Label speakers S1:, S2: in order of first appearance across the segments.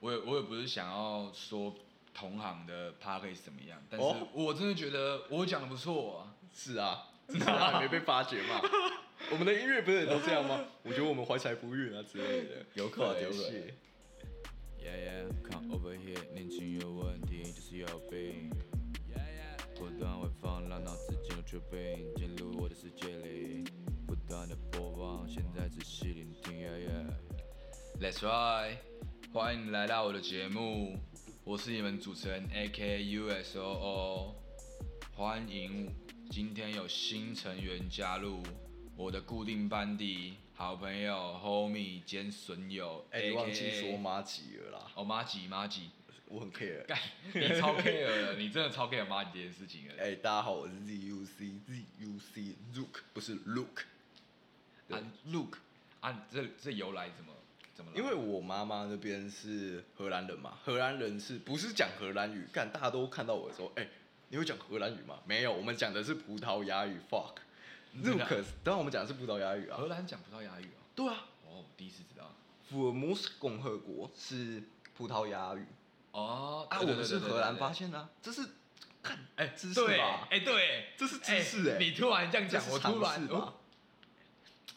S1: 我也我也不是想要说同行的 p a r k 怎么样，但是
S2: 哦
S1: 我真的觉得我讲的不错啊。
S2: 是啊，至少还没被发掘 嘛。我们的音乐不是也都这样吗？我觉得我们怀才不遇啊之类的，
S1: 有可能
S2: 对
S1: 有可能
S2: 是
S3: Yeah yeah, come over here，年轻有问题就是有病。Yeah yeah，不断回放，让脑子进入绝境，进入我的世界里，不断的播放，现在仔细聆听。Yeah yeah。
S1: That's right，欢迎来到我的节目，我是你们主持人 AKUSOO，欢迎今天有新成员加入我的固定班底，好朋友 Homie 兼损友
S2: 哎、
S1: ，A
S2: 你
S1: K
S2: 忘记说马吉了啦，
S1: 哦，妈吉妈吉，
S2: 我很 care。
S1: 干，你超 care 了，你真的超 care 妈吉这件事情了。
S2: 哎、大家好，我是 ZUC ZUC Look，不是 Look，
S1: 啊，Look，啊，这这由来怎么怎么来？
S2: 因为我妈妈那边是荷兰人嘛，荷兰人是不是讲荷兰语？干，大家都看到我说，哎、你会讲荷兰语吗？没有，我们讲的是葡萄牙语。Fuck。
S1: 真的
S2: Look，当然我们讲的是葡萄牙语啊
S1: 荷。兰讲葡萄牙语哦，
S2: 对啊，
S1: 哦，我第一次知道。
S2: 福尔摩斯共和国是葡萄牙语
S1: 哦，
S2: 啊，
S1: 对
S2: 我们是荷
S1: 对对对对
S2: 兰。
S1: 对
S2: 发现的啊、这是看
S1: 哎，
S2: 知识
S1: 对，
S2: 吧？
S1: 哎，对，
S2: 这是知识哎
S1: 你突然这样
S2: 这
S1: 讲，
S2: 是
S1: 我
S2: 常
S1: 突然
S2: 识吧
S1: 哦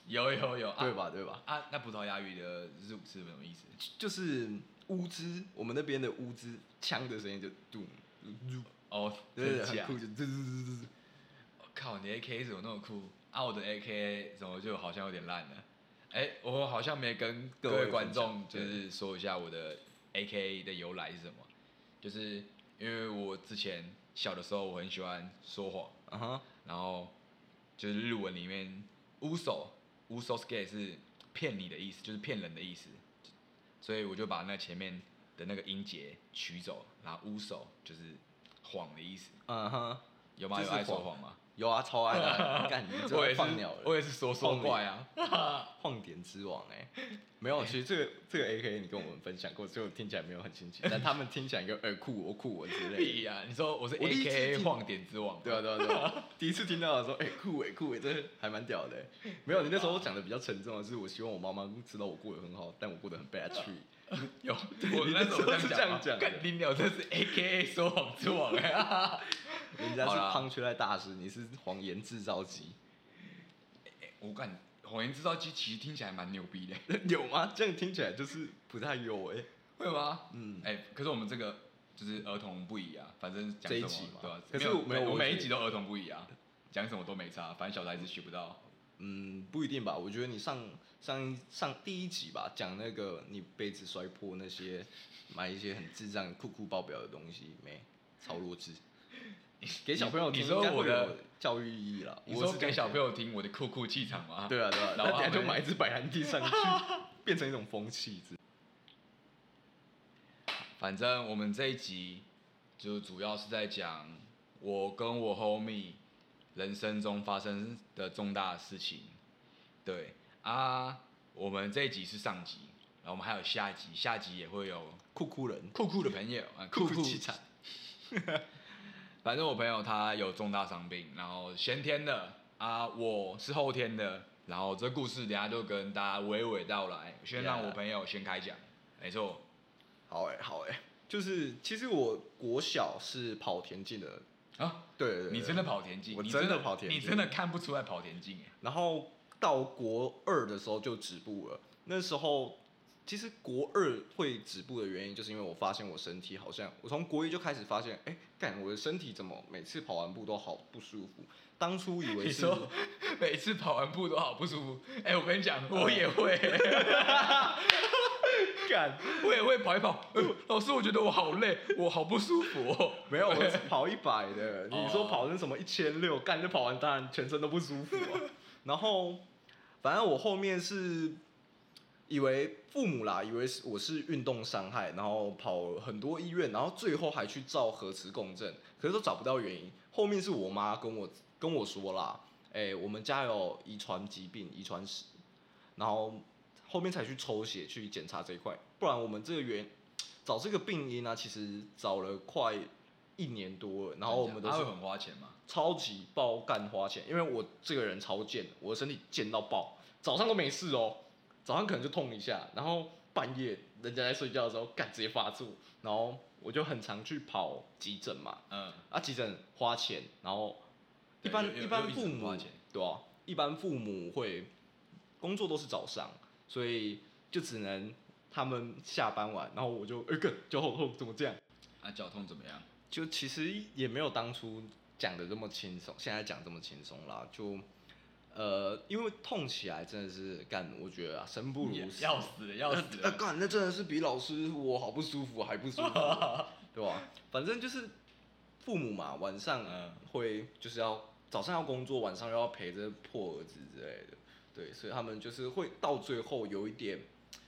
S1: 有有有，啊
S2: 对？吧？对吧？
S1: 啊，那葡萄牙语的 “zook” 是什么意思？
S2: 就是乌兹，我们那边的乌兹枪的声音就咚嘟，
S1: 哦，
S2: 对对，
S1: 真
S2: 很
S1: 假
S2: 酷，就嘟嘟嘟嘟。
S1: 我靠，你 AK 怎么那么酷？啊，我的 AK 怎么就好像有点烂了？哎，我好像没跟各
S2: 各位
S1: 位观众
S2: 分享
S1: 就
S2: 对
S1: 是说一下我的 AK 的由来是什么，就是因为我之前小的时候我很喜欢说谎，
S2: 啊哈，
S1: 然后就是日文里面乌手乌手 skate 是骗你的意思，就是骗人的意思，所以我就把那前面的那个音节取走，然后乌手就是谎的意思，
S2: 啊哈，
S1: 有吗？
S2: 就
S1: 有
S2: 是
S1: 爱说
S2: 谎
S1: 谎吗？
S2: 有啊，超爱 的啊，干你
S1: 我也
S2: 这
S1: 是
S2: 放鸟，
S1: 我
S2: 了，
S1: 也是说说怪啊。
S2: 晃点之王哎，没有，其实这个这个 A K 你跟我们分享过，所以我听起来没有很新奇，但他们听起来有耳酷我酷我之类的
S1: 屁。呀、你说我是
S2: 我第一次
S1: AKA
S2: 听
S1: 晃点之王，
S2: 对啊，对啊，对啊！第一次听到的时候，哎、酷哎、酷哎、这还蛮屌的、欸没有，你那时候讲的比较沉重啊的是，我希望我妈妈知道我过得很好，但我过得很 bad tree。
S1: 有我
S2: 你
S1: 那
S2: 那
S1: 时
S2: 时
S1: 候这
S2: 候
S1: 样
S2: 是
S1: 讲
S2: 这样
S1: 吗
S2: 讲的
S1: 干你鸟，这是 AKA 说谎之王啊！
S2: 人家
S1: 好
S2: 是
S1: 啦
S2: 胖缺赖大师，你是谎言制造机，
S1: 我感谎言制造机其实听起来蛮牛逼的，
S2: 有吗？这样听起来就是不太有哎、
S1: 会吗？
S2: 嗯，
S1: 哎、可是我们这个就是儿童不宜啊，反正讲
S2: 这一
S1: 什
S2: 集
S1: 么
S2: 嘛
S1: 对吧、啊
S2: 可是
S1: 没有
S2: 我没有
S1: 我
S2: 我
S1: 每
S2: 觉
S1: 一
S2: 得
S1: 集都儿童不宜啊，讲什么都没差，反正小孩子学不到。
S2: 嗯，不一定吧？我觉得你上上一上第一集吧，讲那个你杯子摔破那些，买一些很智障、酷酷爆表的东西，没超弱智。给小朋友听
S1: 你说
S2: 应该会
S1: 我的
S2: 有教育意义啦。
S1: 你
S2: 我
S1: 说
S2: 是这
S1: 给
S2: 样
S1: 小
S2: 觉
S1: 朋友听我的酷酷气场吗？
S2: 得，对啊对啊，
S1: 然后
S2: 然后
S1: 他
S2: 就
S1: 们
S2: 买一只摆烂地上 去，变成一种风气之。
S1: 反正我们这一集就主要是在讲我跟我 homie 人生中发生的重大事情。对啊，我们这一集是上集，然后我们还有下集，下集也会有
S2: 酷酷人，
S1: 酷酷的朋友啊，
S2: 酷
S1: 酷酷
S2: 气场。
S1: 反正我朋友他有重大伤病，然后先天的啊，我是后天的，然后这故事等一下就跟大家娓娓道来，先让
S2: Yeah
S1: 我朋友先开讲，没错，
S2: 好哎、好哎、就是其实我国小是跑田径的，
S1: 啊，
S2: 对对对
S1: 你真的跑田径，
S2: 我
S1: 你
S2: 真的跑田径
S1: 你真的看不出来跑田径哎、
S2: 然后到国二的时候就止步了。那时候其实国二会止步的原因，就是因为我发现我身体好像，我从国一就开始发现，哎，干我的身体怎么每次跑完步都好不舒服？当初以为
S1: 你
S2: 是
S1: 说欸每次跑完步都好不舒服，哎、我跟你讲，我也会、
S2: 干
S1: 我也会跑一跑，哎呦，老师，我觉得我好累，我好不舒服哦。
S2: 没有，我是跑一百的。
S1: 哦
S2: 你说跑成什么一千六，干就跑完，当然全身都不舒服啊。然后，反正我后面是以为父母啦，以为是我是运动伤害，然后跑很多医院，然后最后还去照核磁共振，可是都找不到原因。后面是我妈跟我跟我说啦，哎、我们家有遗传疾病，遗传史，然后后面才去抽血去检查这一块，不然我们这个原找这个病因呢、啊其实找了快一年多了，然后我们都
S1: 他
S2: 是
S1: 会很花钱吗？
S2: 超级爆干花钱，因为我这个人超贱的，我的身体贱到爆，早上都没事哦，早上可能就痛一下，然后半夜人家在睡觉的时候，干直接发作，然后我就很常去跑急诊嘛，
S1: 嗯，
S2: 啊，急诊花钱，然后一
S1: 对
S2: 般
S1: 又又
S2: 一般
S1: 又一直
S2: 父母
S1: 花钱
S2: 对啊，一般父母会工作都是早上，所以就只能他们下班晚，然后我就哎个脚好痛，怎么这样？
S1: 啊，脚痛怎么样？
S2: 就其实也没有当初讲的这么轻松，现在讲这么轻松啦，就。呃，因为痛起来真的是干，我觉得啊，生不如死，
S1: 要死了，要死
S2: 呃，
S1: 了。哎
S2: 干、那真的是比老师我好不舒服，还 不舒服，对吧？反正就是父母嘛，晚上
S1: 嗯
S2: 会就是要早上要工作，晚上又要陪着破儿子之类的，对，所以他们就是会到最后有一点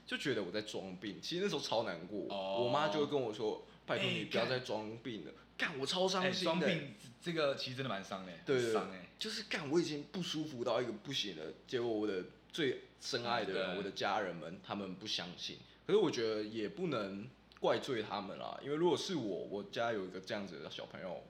S2: 就觉得我在装病，其实那时候超难过，
S1: 哦
S2: 我妈就会跟我说：“拜托
S1: 哎
S2: 你不要
S1: 干
S2: 再装病了，干我超伤
S1: 哎，
S2: 心
S1: 装
S2: 的、
S1: 病这个其实真的蛮伤的，
S2: 对对
S1: 很
S2: 对
S1: 伤哎，
S2: 就是干，我已经不舒服到一个不行了。结果我的最深爱的人，
S1: 嗯对
S2: 我的家人们，他们不相信。可是我觉得也不能怪罪他们啦，因为如果是我，我家有一个这样子的小朋友，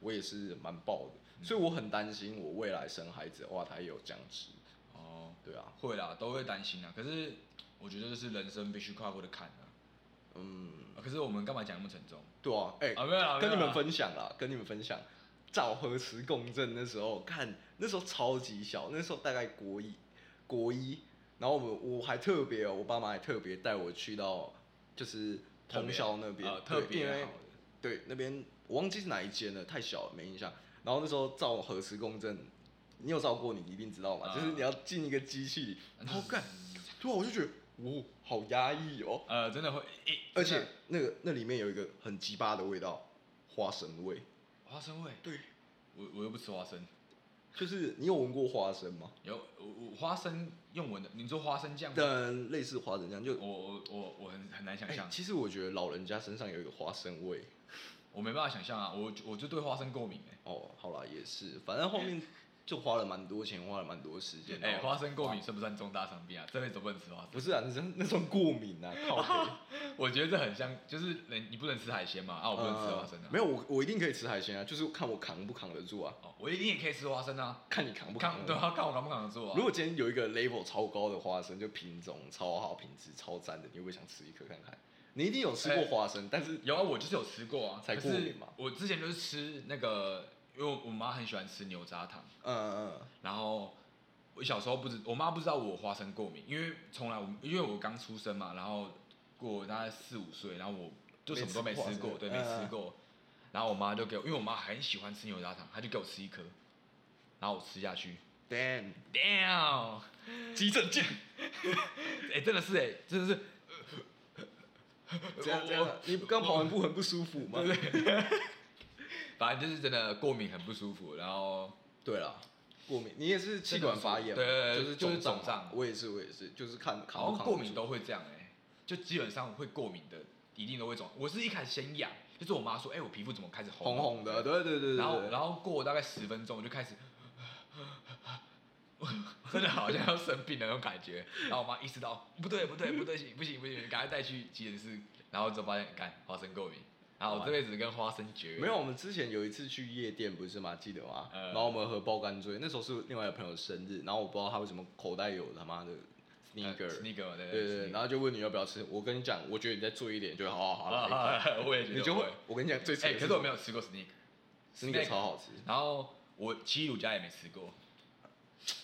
S2: 我也是蛮爆的，所以我很担心我未来生孩子的话，他也有这样子。
S1: 哦，
S2: 对啊，
S1: 会啦，都会担心啊。可是我觉得这是人生必须跨过的坎啊。
S2: 嗯，
S1: 啊可是我们干嘛讲那么沉重？
S2: 对啊，哎、
S1: 啊，没有啦，
S2: 跟你
S1: 没有
S2: 们
S1: 啦
S2: 分享啦，跟你们分享，找核磁共振那时候，看那时候超级小，那时候大概国一，国一，然后我们我还特别哦，我爸妈还特别带我去到就是通宵那边
S1: 呃，特
S2: 对因
S1: 别
S2: 为
S1: 好的
S2: 对那边我忘记是哪一间了，太小了没印象。然后那时候照核磁共振，你有照过，你一定知道嘛，
S1: 啊嗯
S2: 就是你要进一个机器里，然后干，突然我就觉得，哦，好压抑哦，
S1: 呃，真的会，诶
S2: 而
S1: 真
S2: 且
S1: 的
S2: 那个那里面有一个很鸡巴的味道，花生味。
S1: 花生味，
S2: 对，
S1: 我我又不吃花生，
S2: 就是你有闻过花生吗？
S1: 有我我花生用闻的，你说花生酱吗？
S2: 但类似花生酱就，
S1: 我我我我很很难想
S2: 哎、
S1: 象，
S2: 其实我觉得老人家身上有一个花生味。
S1: 我没办法想象啊，我就我就对花生过敏哎、
S2: 哦，好啦，也是，反正后面就花了蛮多钱，花了蛮多时间。
S1: 哎、
S2: 然后
S1: 花生过敏算不算重大伤病啊？这辈子都不能吃花生。
S2: 不哦是啊，那算那算过敏啊，靠北
S1: 我觉得这很像，就是人你不能吃海鲜嘛，啊，我不能吃花生啊。
S2: 呃没有，我我一定可以吃海鲜啊，就是看我扛不扛得住啊，
S1: 哦，我一定也可以吃花生啊，
S2: 看你扛不扛
S1: 看
S2: 得
S1: 对
S2: 住。
S1: 啊，看我扛不扛得住啊
S2: 如。果今天有一个 level 超高的花生，就品种超好、品质超赞的，你会不会想吃一颗看看？你一定有吃过
S1: 哎
S2: 花生，但是
S1: 有啊，我就是有吃过啊，
S2: 才
S1: 可是
S2: 过敏嘛
S1: 我之前就是吃那个，因为我妈很喜欢吃牛轧糖，
S2: 嗯嗯嗯，
S1: 然后我小时候不知，我妈不知道我花生过敏，因为从来我因为我刚出生嘛，然后过大概四五岁，然后我就什么都没吃
S2: 没吃过
S1: 过，
S2: 花生
S1: 对，没吃
S2: 嗯
S1: 过。然后我妈就给我，因为我妈很喜欢吃牛轧糖，她就给我吃一颗，然后我吃下去
S2: damn，
S1: ，damn，
S2: 急诊见。
S1: 哎、真的是哎、真的是，
S2: 这样
S1: 我
S2: 这样，你刚跑完步很不舒服吗？
S1: 对不对？反正就是真的过敏很不舒服，然后
S2: 对啦，过敏，你也是气管发炎嘛，
S1: 对对对
S2: 就是
S1: 就是
S2: 肿
S1: 肿胀
S2: 我也是，我也是，就是看扛
S1: 好
S2: 不
S1: 像
S2: 扛
S1: 过敏
S2: 都
S1: 都会这样哎、就基本上会过敏的，一定都会肿。我是一开始先痒，就是我妈说，哎、我皮肤怎么开始红
S2: 红红的，，对对对对。
S1: 然后
S2: 对
S1: 然后过大概十分钟，我就开始。真的好像要生病的那种感觉，然后我妈意识到不对不对不对不行不行，赶快带去急诊室，然后就发现干花生过敏，然后我这辈子跟花生绝缘
S2: 没有，我们之前有一次去夜店，不是吗？记得吗？
S1: 呃
S2: 然后我们喝爆干醉，那时候是另外一个朋友生日，然后我不知道他为什么口袋有他妈的
S1: 呃
S2: sneaker，
S1: sneaker 对
S2: 对对对，
S1: sneaker
S2: 然后就问你要不要吃，我跟你讲，我觉得你再做一点就好好好了，
S1: 啊， 我也觉得
S2: 你就会
S1: 会。，
S2: 我跟你讲最扯
S1: 哎、
S2: 的，
S1: 可是我没有吃过 sneak，
S2: sneaker 超好吃，
S1: 然后我七乳家也没吃过。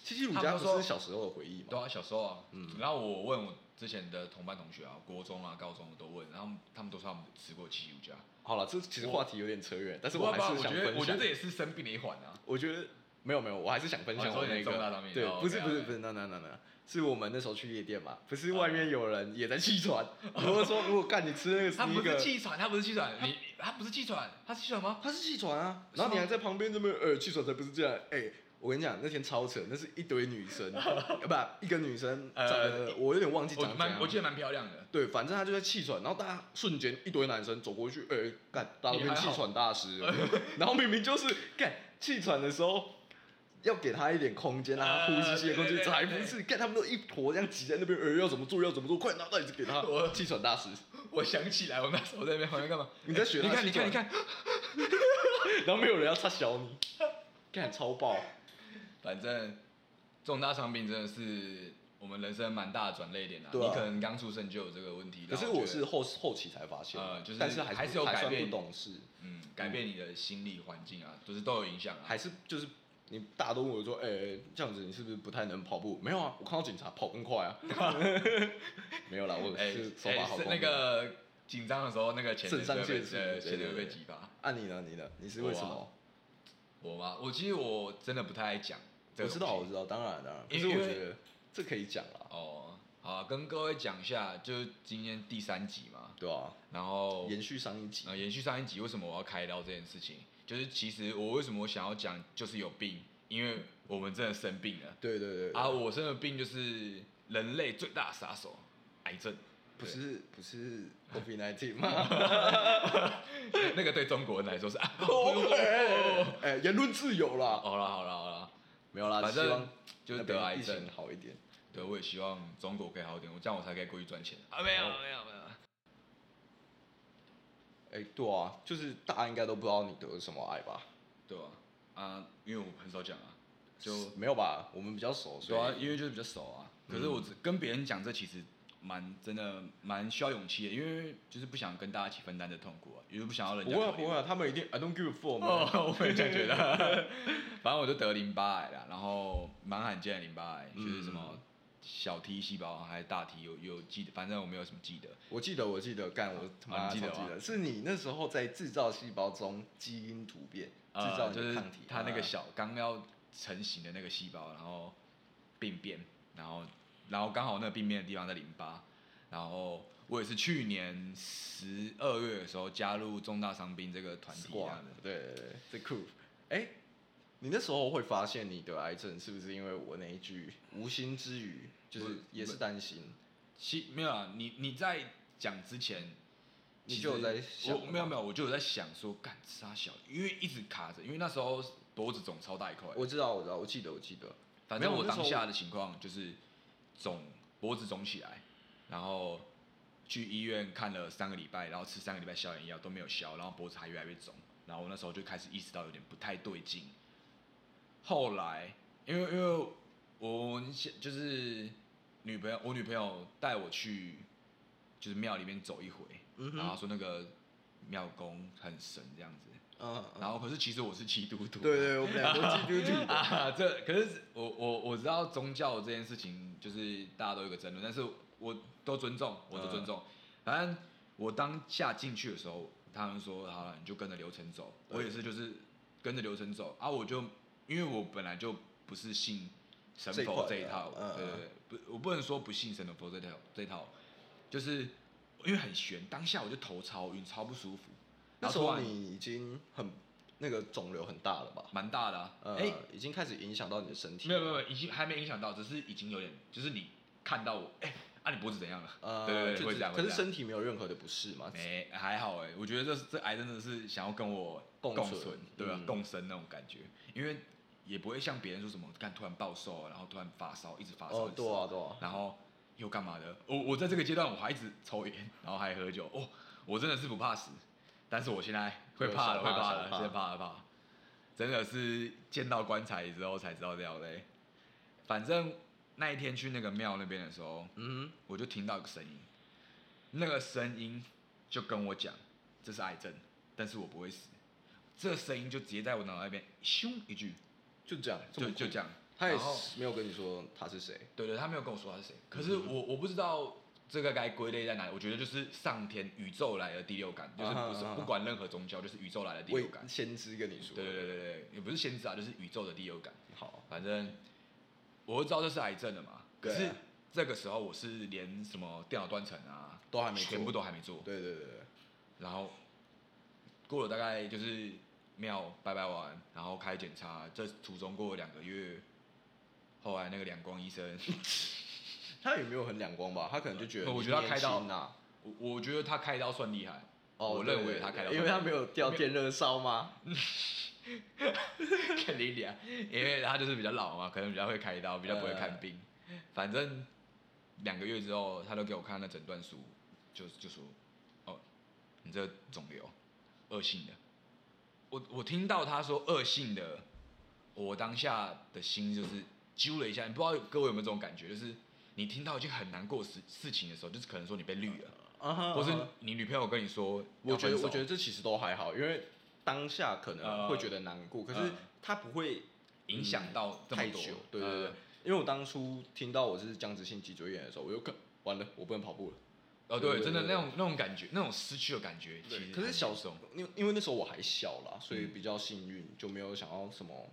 S2: 七七乳
S1: 他
S2: 家
S1: 们
S2: 不
S1: 说
S2: 是小时候的回忆吗？
S1: 对啊，小时候啊，
S2: 嗯
S1: 然后我问我之前的同班同学啊，国中啊、高中我都问，然后他们都说他们吃过七乳家。
S2: 好了，这其实
S1: 我
S2: 话题有点扯远，但是
S1: 不
S2: 我还
S1: 过吧
S2: 是想
S1: 我觉
S2: 分
S1: 得
S2: 享。
S1: 我觉得这也是生病的一环啊。
S2: 我觉得没有没有，我还是想分
S1: 哦
S2: 享
S1: 你说
S2: 我那
S1: 你重大
S2: 个
S1: 伤。病
S2: 对
S1: 哦，
S2: 不是
S1: OK，OK
S2: 不是不是，no no no no，是我们那时候去夜店嘛，不是外面有人也在气喘，我就说如果干你吃那个
S1: 他不
S2: sneaker，
S1: 是气喘，他不是气喘，你他不是气喘，他是气喘吗？
S2: 他是气喘啊，
S1: 是吗
S2: 然后你还在旁边这边呃气喘才不是这样，哎、我跟你讲那天超扯，那是一堆女 生，呃不一个女生，
S1: 呃
S2: 呃我有点忘记
S1: 我
S2: 长怎
S1: 蛮，我
S2: 样
S1: 记。得蛮漂亮的。
S2: 对，反正他就在气喘，然后大家瞬间一堆男生走过去，哎、干，大家都
S1: 你还
S2: 变
S1: 好呃
S2: 气喘大师了。然后明明就是干气喘的时候，要给他一点空间，让他呼吸吸的空
S1: 呃对对对
S2: 间，才不是干，他们都一坨这样挤在那边，哎、要怎么做要怎么做，快拿袋子给他
S1: 我。
S2: 气喘大师，
S1: 我想起来，我那时候在那边好像干嘛？
S2: 你在学
S1: 你
S2: 他
S1: 看，
S2: 气
S1: 你
S2: 喘
S1: 看，你，看，
S2: 然后没有人要插小你，干超爆。
S1: 反正重大伤病真的是我们人生蛮大的转捩点啊。
S2: 对啊
S1: 你可能刚出生就有这个问题，
S2: 可是
S1: 然后
S2: 我
S1: 觉
S2: 是
S1: 得
S2: 后后期才发现，
S1: 呃就是
S2: 但是
S1: 还
S2: 还
S1: 是有改
S2: 还算
S1: 变
S2: 不懂事，
S1: 嗯，改变你的心理环境啊，就是都有影响啊。
S2: 还是就是你大家都问我说，哎、这样子你是不是不太能跑步？没有啊，我看到警察跑更快 啊， 没有啦，我
S1: 哎
S2: 是手法
S1: 哎
S2: 好
S1: 是
S2: 功夫。
S1: 那个紧张的时候，那个钱
S2: 肾上腺素
S1: 对
S2: 对
S1: 钱
S2: 对
S1: 会被
S2: 对
S1: 激发。
S2: 啊你呢？你呢？你是为什
S1: 我
S2: 么？
S1: 我吗？我其实我真的不太爱讲这
S2: 我
S1: 个东
S2: 知
S1: 西。
S2: 道，我知道，当然当然。可
S1: 因
S2: 是我
S1: 因为
S2: 觉得这可以讲啦，
S1: 哦，好啊，跟各位讲一下，就是今天第三集嘛，
S2: 对啊，
S1: 然后
S2: 延续上一集，
S1: 呃，延续上一集，为什么我要开刀这件事情？就是其实我为什么我想要讲，就是有病，因为我们真的生病了
S2: 对对对对
S1: 啊！我生的病就是人类最大的杀手——癌症。
S2: 不是不是 COVID nineteen 吗？
S1: 那个对中国人来说是 啊，
S2: 哦哎，言论自由啦，
S1: 好了好了好了，
S2: 没有啦，
S1: 反
S2: 希望
S1: 正就是
S2: 那
S1: 得
S2: 边
S1: 癌
S2: 疫
S1: 症
S2: 情。好一点。
S1: 对，我也希望中国可以好一点，我这样我才可以过去赚钱啊！没有
S2: 好
S1: 没有没有，
S2: 哎，对啊，就是大家应该都不知道你得了什么癌吧？
S1: 对吧、啊？因为我很少讲啊，就
S2: 没有吧？我们比较熟，所
S1: 对啊，
S2: 以
S1: 因为就是比较熟啊。可是
S2: 嗯
S1: 我只跟别人讲这其实蛮真的蛮需要勇气的，因为就是不想跟大家一起分担这痛苦啊，也就不想要人家
S2: 不会啊
S1: 讨
S2: 不
S1: 厌
S2: 会啊，他们一定 I don't give a fuck 嘛。
S1: 哦，我也这样觉 得。反正我就得淋巴癌了，然后蛮罕见的淋巴癌，就是什
S2: 嗯
S1: 么小 T 细胞还是大 T，有有记得，反正我没有什么记得。
S2: 我记得我记得，干我他妈
S1: 啊你记得
S2: 超
S1: 吗
S2: 记得，是你那时候在制造细胞中基因突变，制造
S1: 呃，
S2: 你
S1: 就
S2: 的
S1: 是
S2: 抗体。
S1: 它那
S2: 啊
S1: 个小刚要成型的那个细胞，然后病变，然后然后刚好那个病变的地方在淋巴，然后我也是去年十二月的时候加入重大伤病这个团体这啊
S2: Squad，
S1: 样的。
S2: 对对对，这酷。哎、你那时候会发现你得癌症，是不是因为我那一句无心之语，就
S1: 不
S2: 是也是担心，
S1: 其没有啊，你你在讲之前，
S2: 你
S1: 其
S2: 就
S1: 实
S2: 有在想
S1: 我
S2: 了
S1: 没有
S2: 吗
S1: 没有，我就有在想说，干杀小，因为一直卡着，因为那时候脖子肿超大一块，
S2: 我知道，我知道，我记得，我记得。
S1: 反正
S2: 没有
S1: 我
S2: 那时
S1: 当
S2: 候
S1: 下的情况就是肿，脖子肿起来，然后去医院看了三个礼拜，然后吃三个礼拜消炎药都没有消，然后脖子还越来越肿，然后我那时候就开始意识到有点不太对劲。后来，因为因为我现就是女朋友，我女朋友带我去就是庙里面走一回，
S2: 嗯
S1: 然后她说那个庙公很神这样子，
S2: 嗯，嗯
S1: 然后可是其实我是基督徒，
S2: 对对，我们俩都记 得记
S1: 啊，这可是我我我知道宗教这件事情就是大家都有一个争论，但是我都尊重，我都尊
S2: 嗯
S1: 重。反正我当下进去的时候，他们说好了，你就跟着流程走。
S2: 对
S1: 我也是就是跟着流程走啊，我就因为我本来就不是信神
S2: 这一
S1: 佛
S2: 块
S1: 这一
S2: 的
S1: 套，
S2: 嗯
S1: 对对对，不我不能说不信神佛这套这一套，就是因为很悬，当下我就头超晕，超不舒服。
S2: 那
S1: 然
S2: 时
S1: 后突
S2: 候
S1: 然
S2: 你已经很那个肿瘤很大了吧？
S1: 蛮大的、啊，哎、
S2: 呃，已经开始影响到你的身体。
S1: 没有没有，没有，已经还没影响到，只是已经有点，就是你看到我，哎、啊，你脖子怎样了？
S2: 呃，
S1: 对对对，
S2: 就
S1: 会
S2: 是
S1: 这样。
S2: 可
S1: 会
S2: 是
S1: 这样
S2: 身体没有任何的不适嘛？
S1: 没还好哎、我觉得这这癌真的是想要跟我
S2: 共
S1: 存，
S2: 存
S1: 对吧、
S2: 嗯
S1: 共生那种感觉，因为也不会像别人说什么，干突然暴瘦啊，然后突然发烧，一直发烧，
S2: 哦
S1: 一，直
S2: 对
S1: 烧
S2: 啊对啊，
S1: 然后又干嘛的？我我在这个阶段我还一直抽烟，然后还喝酒，哦，我真的是不怕死，但是我现在会怕了，
S2: 对
S1: 会
S2: 小怕
S1: 怕
S2: 小
S1: 了，
S2: 怕
S1: 现在怕了怕了，真的是见到棺材之后才知道这样嘞。反正那一天去那个庙那边的时候，
S2: 嗯
S1: 我就听到一个声音，那个声音就跟我讲，这是癌症，但是我不会死。这声音就直接在我脑袋里面咻一句，
S2: 哼，就这样，这
S1: 就
S2: 么
S1: 就
S2: 酷
S1: 这样。
S2: 他也
S1: 然后
S2: 是没有跟你说他是谁。
S1: 对对，他没有跟我说他是谁，可
S2: 嗯
S1: 是我我不知道这个该归类在哪里。我觉得就是上天宇宙来的第六感，就是不是
S2: 啊啊啊
S1: 不管任何宗教，就是宇宙来的第
S2: 我
S1: 六
S2: 也
S1: 感。
S2: 先知跟你说，
S1: 对对对对对，也不是先知啊，就是宇宙的第六感。
S2: 好，
S1: 反正我就知道这是癌症了嘛，可
S2: 对
S1: 是
S2: 啊
S1: 这个时候我是连什么电脑断层啊
S2: 都还没做
S1: 全部都还没做，
S2: 对对对对，
S1: 然后过了大概就是庙拜拜完，然后开检查，这途中过了两个月，后来那个两光医生。
S2: 他也没有很两光吧，他可能就觉得
S1: 呃我
S2: 你
S1: 觉得他开刀
S2: 年轻啊，
S1: 我我觉得他开刀算厉 害，
S2: 哦，
S1: 我
S2: 对
S1: 认
S2: 对
S1: 为他
S2: 对
S1: 开刀算厉害，
S2: 因为他没有掉电热烧吗？
S1: 肯定的啊，因为他就是比较老嘛，可能比较会开刀，比较不会看病。反正两个月之后，他都给我看那诊断书，就就说，哦，你这肿瘤恶性的。我我听到他说恶性的，我当下的心就是揪了一下，你不知道各位有没有这种感觉，就是你听到已经很难过的事事情的时候，就是可能说你被绿了，
S2: 啊哈，
S1: 或是
S2: 啊哈
S1: 你女朋友跟你说
S2: 我觉
S1: 要分手
S2: 得
S1: 呃
S2: 我觉得这其实都还好，因为当下可能会觉得难过，可是
S1: 嗯
S2: 它不会
S1: 影响到这么
S2: 太
S1: 多
S2: 久，，对对对
S1: 嗯，
S2: 因为我当初听到我是僵直性脊椎炎的时候，我就更完了，我不能跑步了。
S1: 哦
S2: 对
S1: 对，
S2: 对
S1: 真的
S2: 对
S1: 那种那种感觉，那种失去的感觉，其
S2: 对，
S1: 实
S2: 可是
S1: 很
S2: 小
S1: 严
S2: 时候
S1: 重，
S2: 因为因为那时候我还小啦，所以
S1: 嗯
S2: 比较幸运，就没有想要什么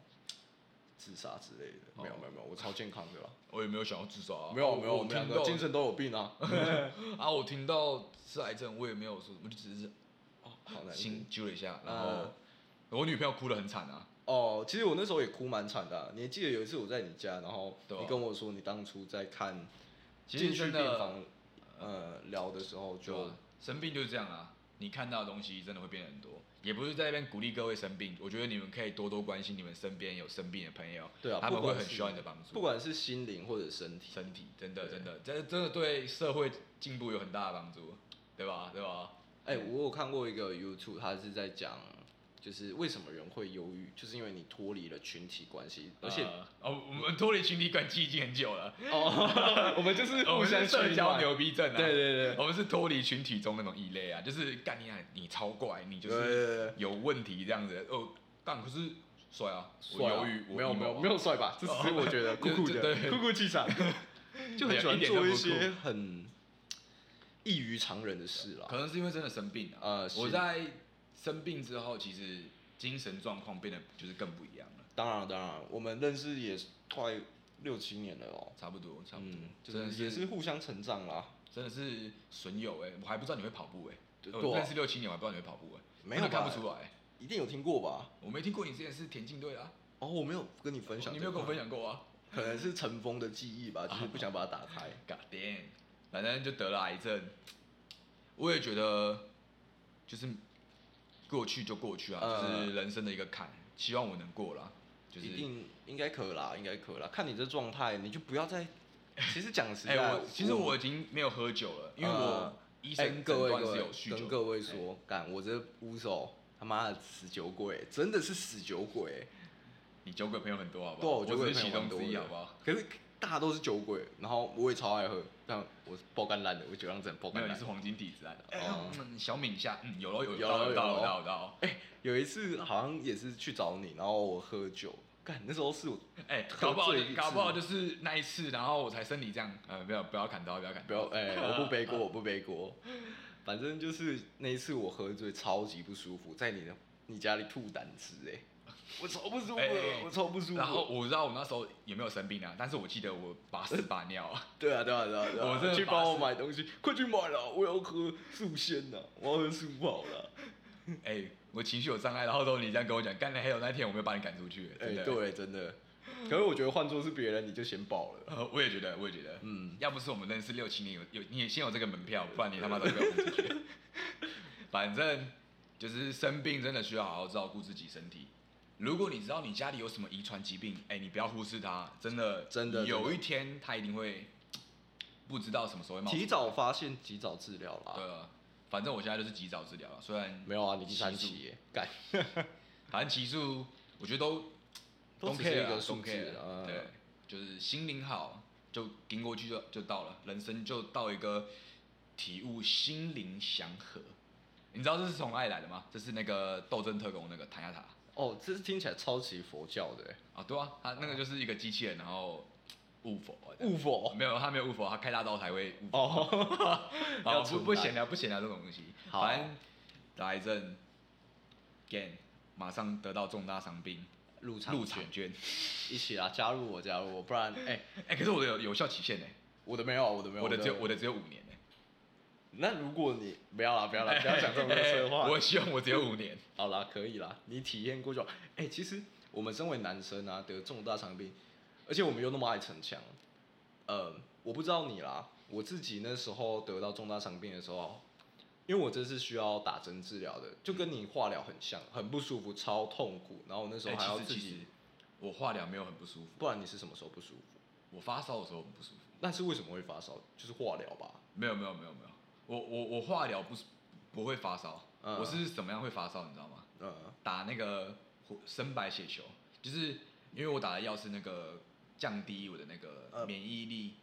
S2: 自杀之类的。没有
S1: 哦
S2: 没有没有，我超健康的啦。
S1: 我也没有想要自杀啊，
S2: 没有
S1: 我
S2: 没有，我
S1: 我
S2: 们
S1: 听
S2: 两个
S1: 到
S2: 精神都有病啊，
S1: 啊，我听到是癌症，我也没有说，我就只是
S2: 好难过。
S1: 心揪了一下，然
S2: 嗯
S1: 后我女朋友哭得很惨啊，
S2: 哦，其实我那时候也哭蛮惨的啊、你还记得有一次我在你家，然后
S1: 对啊
S2: 你跟我说你当初在看
S1: 其实
S2: 进去
S1: 真
S2: 病
S1: 的啊
S2: 房，呃，聊的时候
S1: 就
S2: 就
S1: 生病就是这样啊，你看到的东西真的会变很多，也不是在那边鼓励各位生病，我觉得你们可以多多关心你们身边有生病的朋友，
S2: 对啊，
S1: 他们
S2: 不
S1: 会
S2: 管
S1: 很
S2: 是
S1: 需要你的帮助，
S2: 不管是心灵或者身体，
S1: 身体真的
S2: 对
S1: 真的，这真的对社会进步有很大的帮助，对吧？对吧？
S2: 哎、我有看过一个 YouTube，他是在讲，就是为什么人会忧郁，就是因为你脱离了群体关系，而且、
S1: 呃哦，我们脱离群体关系已经很久 了，
S2: 哦， 我们就是
S1: 啊我
S2: 互
S1: 们是
S2: 相
S1: 社
S2: 取
S1: 交
S2: 暖
S1: 牛逼症啊，
S2: 对对对，
S1: 我们是脱离群体中那种异类啊，就是干你啊，你超怪，你就是
S2: 对对对对
S1: 有问题这样子。哦，干可是帅啊，我
S2: 帅啊
S1: 犹豫，我
S2: 没有没
S1: emo
S2: 有
S1: 啊
S2: 没有帅吧，这只是我觉 得酷酷
S1: 对
S2: 的
S1: 对
S2: 酷酷 气场，就很喜欢
S1: 一点都
S2: 做
S1: 不
S2: 一
S1: 酷
S2: 些很异于常人的事啦
S1: 可。能是因为真的生病啊。
S2: 呃，
S1: 我
S2: 是
S1: 在生病之后，其实精神状况变得就是更不一样了，
S2: 当然当然，我们认识也快六七年了哦，
S1: 差不多差不多
S2: 嗯，，就
S1: 真的
S2: 是也是互相成长啦。
S1: 真的是损友哎，我还不知道你会跑步哎，
S2: 对
S1: 我
S2: 对啊
S1: 认识六七年我还不知道你会跑步哎，
S2: 没
S1: 真
S2: 有
S1: 的看
S2: 吧
S1: 不？出来，
S2: 一定有听过吧？
S1: 我没听过你之前是田径队的啊，
S2: 哦，我没有跟你分享，
S1: 你没有跟我分，享过啊。
S2: 可能是尘封的记忆吧，就是不想把它打开。
S1: God damn，反正就得了癌症。我也觉得，就是过去就过去啊，
S2: 呃
S1: 就是人生的一个坎，希望我能过啦。就是
S2: 一定应该可啦，应该可啦。看你这状态，你就不要再。其实讲实
S1: 哎、
S2: 在，
S1: 我其实我已经没有喝酒了，因为
S2: 啊呃
S1: 我医
S2: 哎
S1: 生
S2: 各
S1: 诊
S2: 位
S1: 断
S2: 各
S1: 是
S2: 位
S1: 有酗酒的。哎
S2: 跟各位说，干我这乌手他妈的死酒鬼，真的是死酒鬼。
S1: 你酒鬼朋友很多，好不
S2: 对啊，
S1: 好？
S2: 我酒鬼
S1: 只是
S2: 朋
S1: 其
S2: 友
S1: 中
S2: 蛮多
S1: 之一，
S2: 的
S1: 好不好？？
S2: 可是大家都是酒鬼，然后我也超爱喝，但我是爆肝烂的，我酒量真的爆
S1: 没
S2: 肝
S1: 有，你
S2: 烂
S1: 是。黄金体质啊。
S2: 哦
S1: 嗯小敏一下，嗯，有了有
S2: 有
S1: 到
S2: 咯有哎
S1: 到
S2: 咯
S1: 有到有到。
S2: 有一次好像也是去找你，然后我喝酒，干那时候是我
S1: 哎、
S2: 喝
S1: 搞不好
S2: 醉一次
S1: 搞不好就是那一次，然后我才生你这样。呃，不要不要砍刀，不要砍刀。
S2: 不要， 哎、我不背锅，我不背锅。反正就是那一次我喝醉，超级不舒服，在你的你家里吐胆汁、哎， 我超不舒服的，
S1: 哎哎哎
S2: 我超不舒服。
S1: 然后，我知道我那时候也没有生病啊，但是我记得我把屎把 尿啊，
S2: 对啊，对啊，对啊，对啊
S1: 我真的
S2: 去
S1: 把
S2: 帮我
S1: 是
S2: 买东西，快去买了，我要喝素鲜呐、我要喝素跑了。
S1: 哎、我情绪有障碍，然后都你这样跟我讲，干了还有那天我没有把你赶出去，
S2: 哎、
S1: 真的，
S2: 对，真的。可是我觉得换做是别人，你就先爆了。
S1: 呃 我也觉得，我也觉得，
S2: 嗯，
S1: 要不是我们认识六七年，有有你也先有这个门票，不然你他妈都不要出去。 反正就是生病真的需要好好照顾自己身体。如果你知道你家里有什么遗传疾病，哎、你不要忽视它，真的，
S2: 真的真
S1: 有
S2: 的
S1: 一天它一定会不知道什么时候会冒出来。
S2: 提早发现，及早治疗啦。
S1: 对啊，反正我现在就是及早治疗了，虽然
S2: 没有啊，你第三
S1: 激素
S2: 期耶，干，
S1: 反正奇数，我觉得都都
S2: 都
S1: care
S2: 只是一
S1: 啊
S2: 个
S1: 都
S2: 数字
S1: care 啊
S2: 啊
S1: 对，就是心灵好，就顶过去就就到了，人生就到一个体悟心灵祥和。你知道这是从哪里来的吗？这是那个《斗争特工》那个谭亚塔
S2: 哦，这听起来超级佛教的、哎
S1: 啊，对啊，他那个就是一个机器人，然后误 佛，
S2: 悟佛。
S1: 没有他没有误佛，他开大招才会误佛。
S2: 哦，
S1: 好
S2: 要
S1: 不
S2: 出
S1: 不
S2: 来
S1: 闲聊不闲聊这种东西，
S2: 好
S1: 反正打癌症，gain 马上得到重大伤病，
S2: 入场
S1: 入
S2: 券
S1: 场券。
S2: 一起啦，加入我，加入我，不然哎、
S1: 哎、可是我的有有效期限呢、
S2: 我的没有，我的没有，
S1: 我的只有我的只有五年呢、
S2: 那如果你不要啦，不要啦，不要讲这种色话。
S1: 哎 我希望我只有五年。
S2: 好啦，可以啦，你体验过就好。哎、其实我们身为男生啊，得重大伤病，而且我们又那么爱逞强，呃，我不知道你啦，我自己那时候得到重大伤病的时候，因为我这是需要打针治疗的，就跟你化疗很像，很不舒服，超痛苦。然后我那时候
S1: 哎
S2: 还要
S1: 其
S2: 自
S1: 实其实
S2: 己，
S1: 我化疗没有很不舒服，
S2: 不然你是什么时候不舒服？
S1: 我发烧的时候很不舒服。
S2: 那是为什么会发烧？就是化疗吧。
S1: 没有没有没有没有，我我我化疗不是不会发烧，
S2: 嗯
S1: 我是怎么样会发烧你知道吗？
S2: 嗯，
S1: 打那个活深白血球，就是因为我打的药是那个降低我的那个
S2: 呃
S1: 免疫力，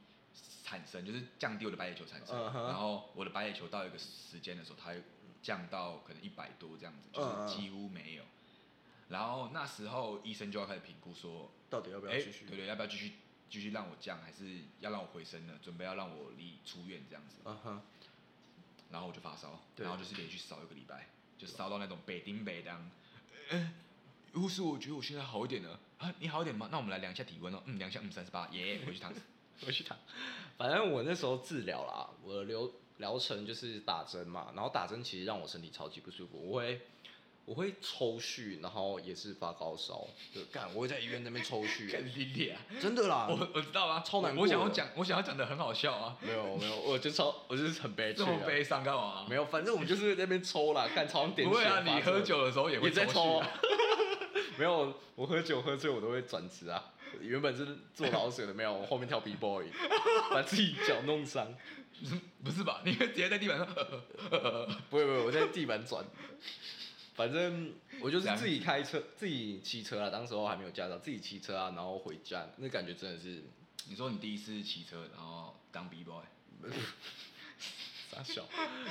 S1: 产生，就是降低我的白血球产生。
S2: 嗯哼
S1: 然后我的白血球到一个时间的时候，它会降到可能一百多这样子，
S2: 嗯嗯
S1: 就是几乎没有。然后那时候医生就要开始评估说，
S2: 到底要不要
S1: 哎
S2: 继续？
S1: 对对，要不要继续继续让我降，还是要让我回升呢？准备要让我离出院这样子。
S2: 嗯 哼，
S1: 然后我就发烧，
S2: 对
S1: 然后就是连续烧一个礼拜，就烧到那种北丁北当。呃护士，我觉得我现在好一点了啊，你好一点吗？那我们来量一下体温哦，嗯，量一下，嗯，三十八， 耶，回去躺。
S2: 我去躺。 反正我那时候治疗啦，我的疗疗程就是打针嘛，然后打针其实让我身体超级不舒服，我会我会抽搐，然后也是发高烧，对，干，我会在医院那边抽 搐，
S1: 莉莉啊，
S2: 真的啦，
S1: 我我知道啊，
S2: 超难
S1: 我
S2: 过
S1: 我想要
S2: 的
S1: 讲，我想要讲的很好笑啊，
S2: 没有没有，我就超我就是很悲
S1: 这
S2: 剧啊，
S1: 么悲伤干嘛？
S2: 没有，反正我们就是在那边抽啦，干超像点
S1: 不会啊，
S2: 血发
S1: 你喝
S2: 作
S1: 酒的时候也会
S2: 也在
S1: 抽
S2: 抽
S1: 血
S2: 啊
S1: 啊。
S2: 没有，我喝酒喝醉我都会转职啊。原本是做老水的，没有，我后面跳 B boy，把 自己脚弄伤。
S1: 不是吧？ 你会直接在地板上，呃
S2: 不会不会，我在地板转。反正我就是自己开车，自己骑车啊，当时候还没有驾照，自己骑车啊，然后回家，那感觉真的是
S1: 你说你第一次骑车，然后当 B boy，
S2: 傻笑。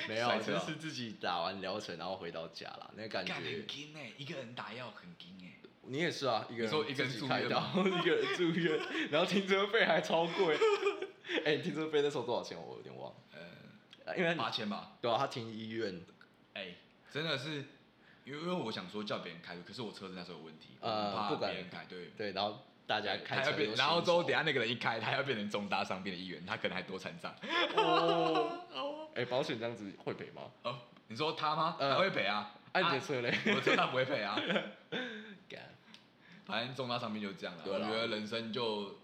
S2: 没有
S1: 塞，车
S2: 就
S1: 啊
S2: 是自己打完疗程，然后回到家啦，那感觉
S1: 干很惊哎，一个人打药很惊哎，
S2: 你也是啊，一个
S1: 你说一个人
S2: 自己
S1: 住
S2: 开
S1: 院
S2: 刀， 一个人住院，然后停车费还超贵。 哎、停车费那时候多少钱？我有点忘了，
S1: 呃，
S2: 啊因为
S1: 八千吧，
S2: 对啊，他停医院，
S1: 哎、真的是，因为因为我想说叫别人开，可是我车子那时候有问题，
S2: 呃
S1: 我很
S2: 不
S1: 怕
S2: 敢
S1: 别人开，对。
S2: 对，然后大家
S1: 对
S2: 开
S1: 他
S2: 车
S1: 要变，
S2: 都
S1: 然后啊
S2: 新
S1: 之后
S2: 手
S1: 等一下那个人一开，他要变成重大伤病的一员，他可能还多残障。
S2: 哦，哎、保险这样子会赔吗？
S1: 哦，你说他吗？
S2: 呃
S1: 他会赔啊，
S2: 按你的车嘞，
S1: 我车他不会赔啊。
S2: 干，
S1: 反正重大伤病就这样了。
S2: 对啊
S1: 我
S2: 啦
S1: 觉得人生就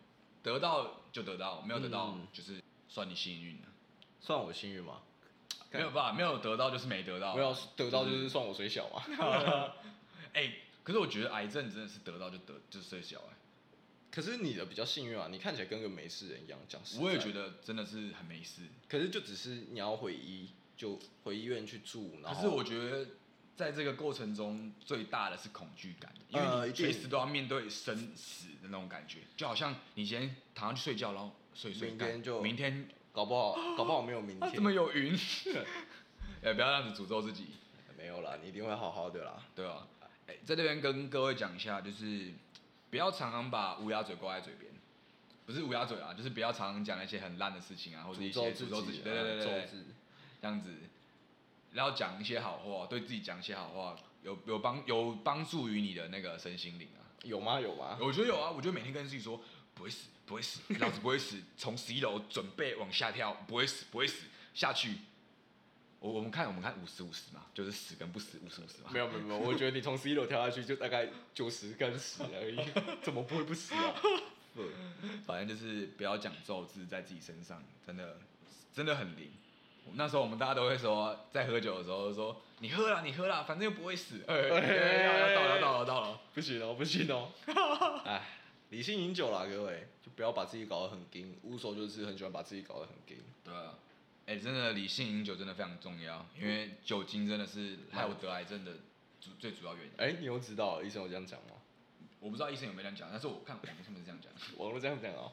S1: 得到就得到，没有得到
S2: 嗯
S1: 就是算你幸运了。
S2: 算我幸运吗？干
S1: 没有办法，没有得到就是没得到。
S2: 没有得到就是算我水小啊嘛。
S1: 哎、可是我觉得癌症真的是得到就得就是最小哎、
S2: 可是你的比较幸运啊，你看起来跟个没事人一样，讲实
S1: 我也
S2: 在
S1: 觉，得真的是很没事。
S2: 可是就只是你要回医，就回医院去住，然
S1: 可
S2: 后
S1: 是我觉得，在这个过程中，最大的是恐惧感，因
S2: 呃
S1: 为
S2: 一
S1: 你
S2: 定
S1: 随时都要面对生死的那种感觉，就好像你今天躺上去睡觉，然后睡一睡
S2: 明
S1: 干
S2: 天就
S1: 明天
S2: 搞不好搞不好没有明
S1: 啊
S2: 天，
S1: 怎么有 云？哎，不要这样子诅咒自己，
S2: 没有啦，你一定会好好的啦。
S1: 对吧、哎，在这边跟各位讲一下，就是不要常常把乌鸦嘴挂在嘴边。不是乌鸦嘴啊，就是不要常常讲那些很烂的事情啊，或者一
S2: 诅
S1: 些
S2: 咒
S1: 诅
S2: 自
S1: 咒自
S2: 己
S1: 己，
S2: 啊，
S1: 对对对对对
S2: 咒，自己
S1: 这样子，然后讲一些好话，对自己讲一些好话，有有帮有帮助于你的那个身心灵啊。
S2: 有吗？有吗？
S1: 我觉得有啊，我觉得每天跟自己说不会死，不会死，老子不会死，从十一楼准备往下跳，不会死，不会死，下去。我我们看我们看五十五十嘛，就是死跟不死，五十五十嘛。
S2: 没有没有没有，我觉得你从十一楼跳下去就大概九十跟十而已， 怎么不会不死 啊？对，
S1: 反正就是不要讲咒字在自己身上，真的真的很灵。那时候我们大家都会说，在喝酒的时候说你喝啦，你喝啦，反正又不会死。哎、要要到了要到了要到了。
S2: 不行哦，不行 哦。哎，理性饮酒啦，各位，就不要把自己搞得很硬。乌手就是很喜欢把自己搞得很硬。
S1: 对啊，哎、真的理性饮酒真的非常重要，因为酒精真的
S2: 嗯
S1: 是害我得癌症的主最主要原因。
S2: 哎、你又知道医生有这样讲吗？
S1: 我不知道医生有没有这样讲，但是我看网络上面是这样讲，
S2: 网络这样讲哦。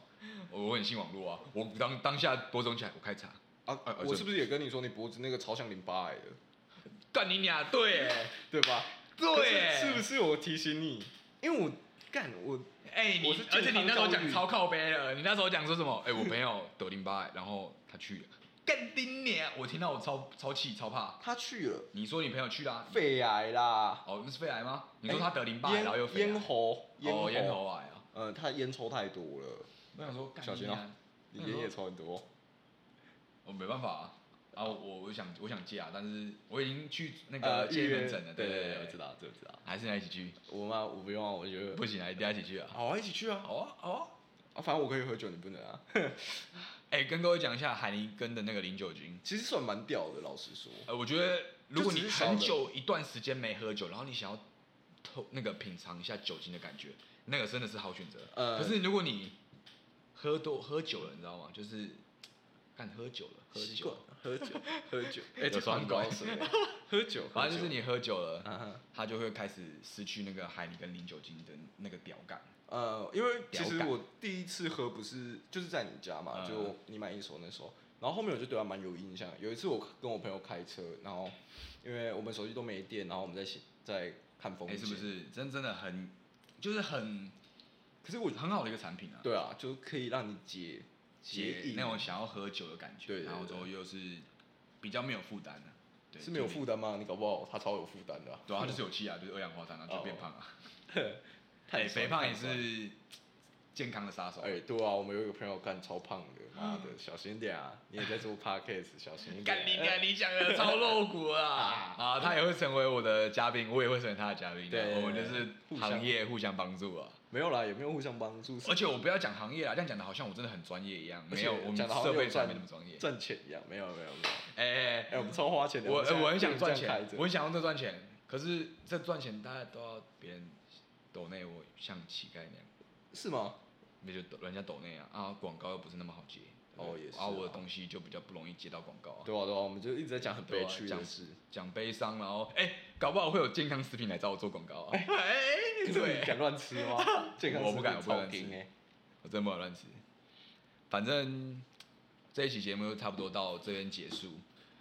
S1: 我我很信网络啊，我当当下播种起来，我开查，
S2: 啊
S1: 哎，
S2: 我是不是也跟你说你脖子那个超像淋巴癌的，
S1: 干你俩，对耶，
S2: 对吧？可
S1: 对耶，
S2: 是是不是我提醒你？因为我干我
S1: 哎、你
S2: 我是健康
S1: 而且你那时候
S2: 教
S1: 讲
S2: 育
S1: 超靠背了，你那时候讲说什么？哎、我朋友得淋巴癌，然后他去了，干丁你啊！我听到我超超气超怕。
S2: 他去了
S1: 你说你朋友去啦、
S2: 肺癌啦，
S1: 哦，那是肺癌吗？你说
S2: 哎
S1: 他得淋巴癌，
S2: 咽
S1: 然后又肺癌，
S2: 咽喉
S1: 哦，咽
S2: 喉
S1: 喉癌啊！
S2: 呃，他烟抽太多了，
S1: 我想说，干
S2: 小心
S1: 你
S2: 哦
S1: 娘
S2: 你
S1: 嗯
S2: 烟也抽很多。
S1: 我没办法啊，啊，我我我想我想戒啊，但是我已经去那
S2: 呃，
S1: 个
S2: 预
S1: 戒
S2: 约
S1: 门诊了，
S2: 对
S1: 对
S2: 对，我知
S1: 道，
S2: 道，这我知道。
S1: 还是来一起去，
S2: 我嘛，我不用啊，我觉得
S1: 不行啊，一定要一起去啊，
S2: 好啊，一起去啊。
S1: 好啊好啊，
S2: 啊，反正我可以喝酒，你不能啊。
S1: 哎、跟各位讲一下海尼根的那个零酒精，
S2: 其实算蛮屌的，老实说。
S1: 呃，我觉得如果你
S2: 就只是少了
S1: 很久一段时间没喝酒，然后你想要透那个品尝一下酒精的感觉，那个真的是好选择。
S2: 呃
S1: 可是如果你喝多喝酒了，你知道吗？就是干喝酒了，喝
S2: 习
S1: 酒
S2: 惯，喝酒，喝 酒，哎、
S1: 有
S2: 这
S1: 双
S2: 很
S1: 关
S2: 高深欸，喝酒，
S1: 反正就是
S2: 喝酒，
S1: 你喝酒了，
S2: 啊哈
S1: 它就会开始失去那个海尼根零酒精的那个屌感。
S2: 呃，因为其
S1: 屌
S2: 实
S1: 感
S2: 我第一次喝不是就是在你家嘛，
S1: 嗯
S2: 就你买一手那时候，然后后面我就对他蛮有印象。有一次我跟我朋友开车，然后因为我们手机都没电，然后我们在写在看风
S1: 哎、
S2: 景，
S1: 是不？是真真的很，就是很
S2: 可是我
S1: 很好的一个产品啊，
S2: 对啊，就可以让你解
S1: 解
S2: 瘾
S1: 那种想要喝酒的感觉，
S2: 对对
S1: 然后之
S2: 对
S1: 后又是比较没有负担的，对，
S2: 是没有
S1: 就你
S2: 负担吗？你搞不好他超有负担的啊、
S1: 对啊，它就是有气啊，就是二氧化碳啊，就变胖啊。 哎肥
S2: 太爽
S1: 胖也
S2: 太爽
S1: 是健康的杀手。
S2: 哎、对啊，我们有一个朋友干超胖的，妈 的，小心点啊！你也在做 podcast，小心一点。
S1: 干你娘！你讲的超露骨啊！ 啊，他也会成为我的嘉宾，我也会成为他的嘉宾啊。
S2: 对对
S1: 我们就
S2: 对
S1: 是
S2: 互相
S1: 行业互相帮助啊。
S2: 没有啦，也没有互相帮助，
S1: 而且我不要讲行业啦，这样讲的好像我真的很专业一样。
S2: 而
S1: 没
S2: 且
S1: 有，我们
S2: 讲得好像
S1: 设备
S2: 有
S1: 上
S2: 赚
S1: 没那么专业。
S2: 赚钱一样，没有没有没有。
S1: 哎哎
S2: 哎、
S1: 哎，
S2: 我们超花钱的。
S1: 我
S2: 们现在
S1: 我很想赚
S2: 这
S1: 钱
S2: 样开，着
S1: 我很想用这赚钱，可是这赚钱大家都要别人抖内我，像乞丐那样。
S2: 是吗？
S1: 那就抖人家抖内啊啊，广告又不是那么好接。对不对
S2: 哦也是
S1: 啊，我的
S2: 啊
S1: 东西就比较不容易接到广告啊。
S2: 对啊对啊，我们就一直在讲很
S1: 对
S2: 悲
S1: 啊
S2: 屈
S1: 讲
S2: 的 事。
S1: 讲悲伤，然后哎、搞不好会有健康食品来找我做广告啊！哎、
S2: 可是 你
S1: 对，
S2: 敢乱吃吗？健康
S1: 我不敢
S2: 食
S1: 我不
S2: 品超
S1: 敢吃
S2: 硬哎。
S1: 我真的不好乱吃。反正这一期节目就差不多到这边结束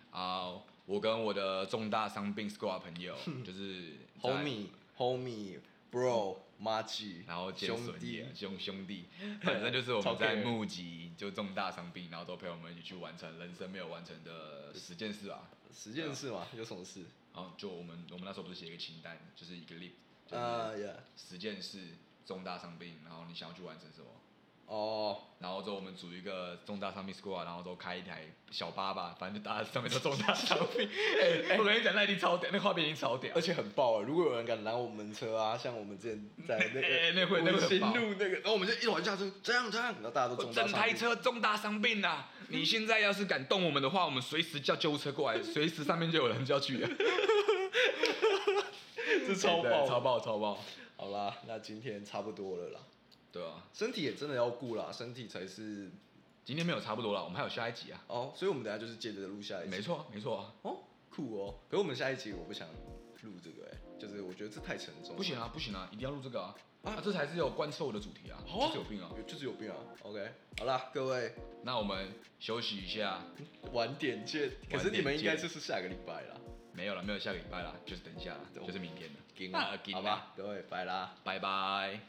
S1: 啊！我跟我的重大伤病 squad 朋友，就是在
S2: Homie homie bro Maji，
S1: 然后见
S2: 兄
S1: 损
S2: 弟
S1: 弟，兄兄 弟，反正就是我们
S2: 超
S1: 在
S2: care
S1: 募集就重大伤病，然后都陪我们一起去完成人生没有完成的十件事啊。
S2: 十件事嘛，有什么事？
S1: 然后就我们我们那时候不是写一个清单，就是一个 list，就是
S2: 呃呀，
S1: 十件事重大伤病，然后你想要去完成什么？
S2: 哦，
S1: 然后之后我们组一个重大伤病 squad，然后之后开一台小巴吧，反正就大家上面都重大伤病。 哎、我跟你讲，那一定超屌，那画面已经超屌
S2: 而。且很爆啊！如果有人敢拦我们车啊，像我们之前在那
S1: 哎
S2: 个
S1: 那会那会
S2: 五
S1: 很
S2: 星
S1: 爆哦
S2: 路那个，然后我们就一往下车，这样这样，然后大家都中到
S1: 整
S2: 上
S1: 台
S2: 面，
S1: 车重大伤病啦、你现在要是敢动我们的话，我们随时叫救护车过来，随时上面就有人就要 去了。
S2: 这超
S1: 哎
S2: 爆，
S1: 对超。爆，超爆。
S2: 好啦，那今天差不多了啦，
S1: 对啊，
S2: 身体也真的要顾啦，身体才是
S1: 今天没有差不多了，我们还有下一集啊。
S2: 哦，所以我们等一下就是接着录下一集。
S1: 没错，没错啊。
S2: 哦，酷哦。可是我们下一集我不想录这个哎、就是我觉得这太沉重了。
S1: 不行啊，不行啊，一定要录这个啊！
S2: 啊
S1: 啊，这才是有贯彻我的主题啊，
S2: 好啊
S1: 这是有病啊！
S2: 有，就是有病啊。OK，好啦，各位
S1: 那我们休息一下，
S2: 晚点见。可是你
S1: 晚点
S2: 们应该
S1: 见
S2: 就是下个礼拜啦，
S1: 没哦有了，没有下个礼拜啦，就是等一下啦，
S2: 对
S1: 就是明天了。
S2: 给
S1: 啊给
S2: 好
S1: 啊
S2: 吧，各位拜啦。
S1: 拜拜。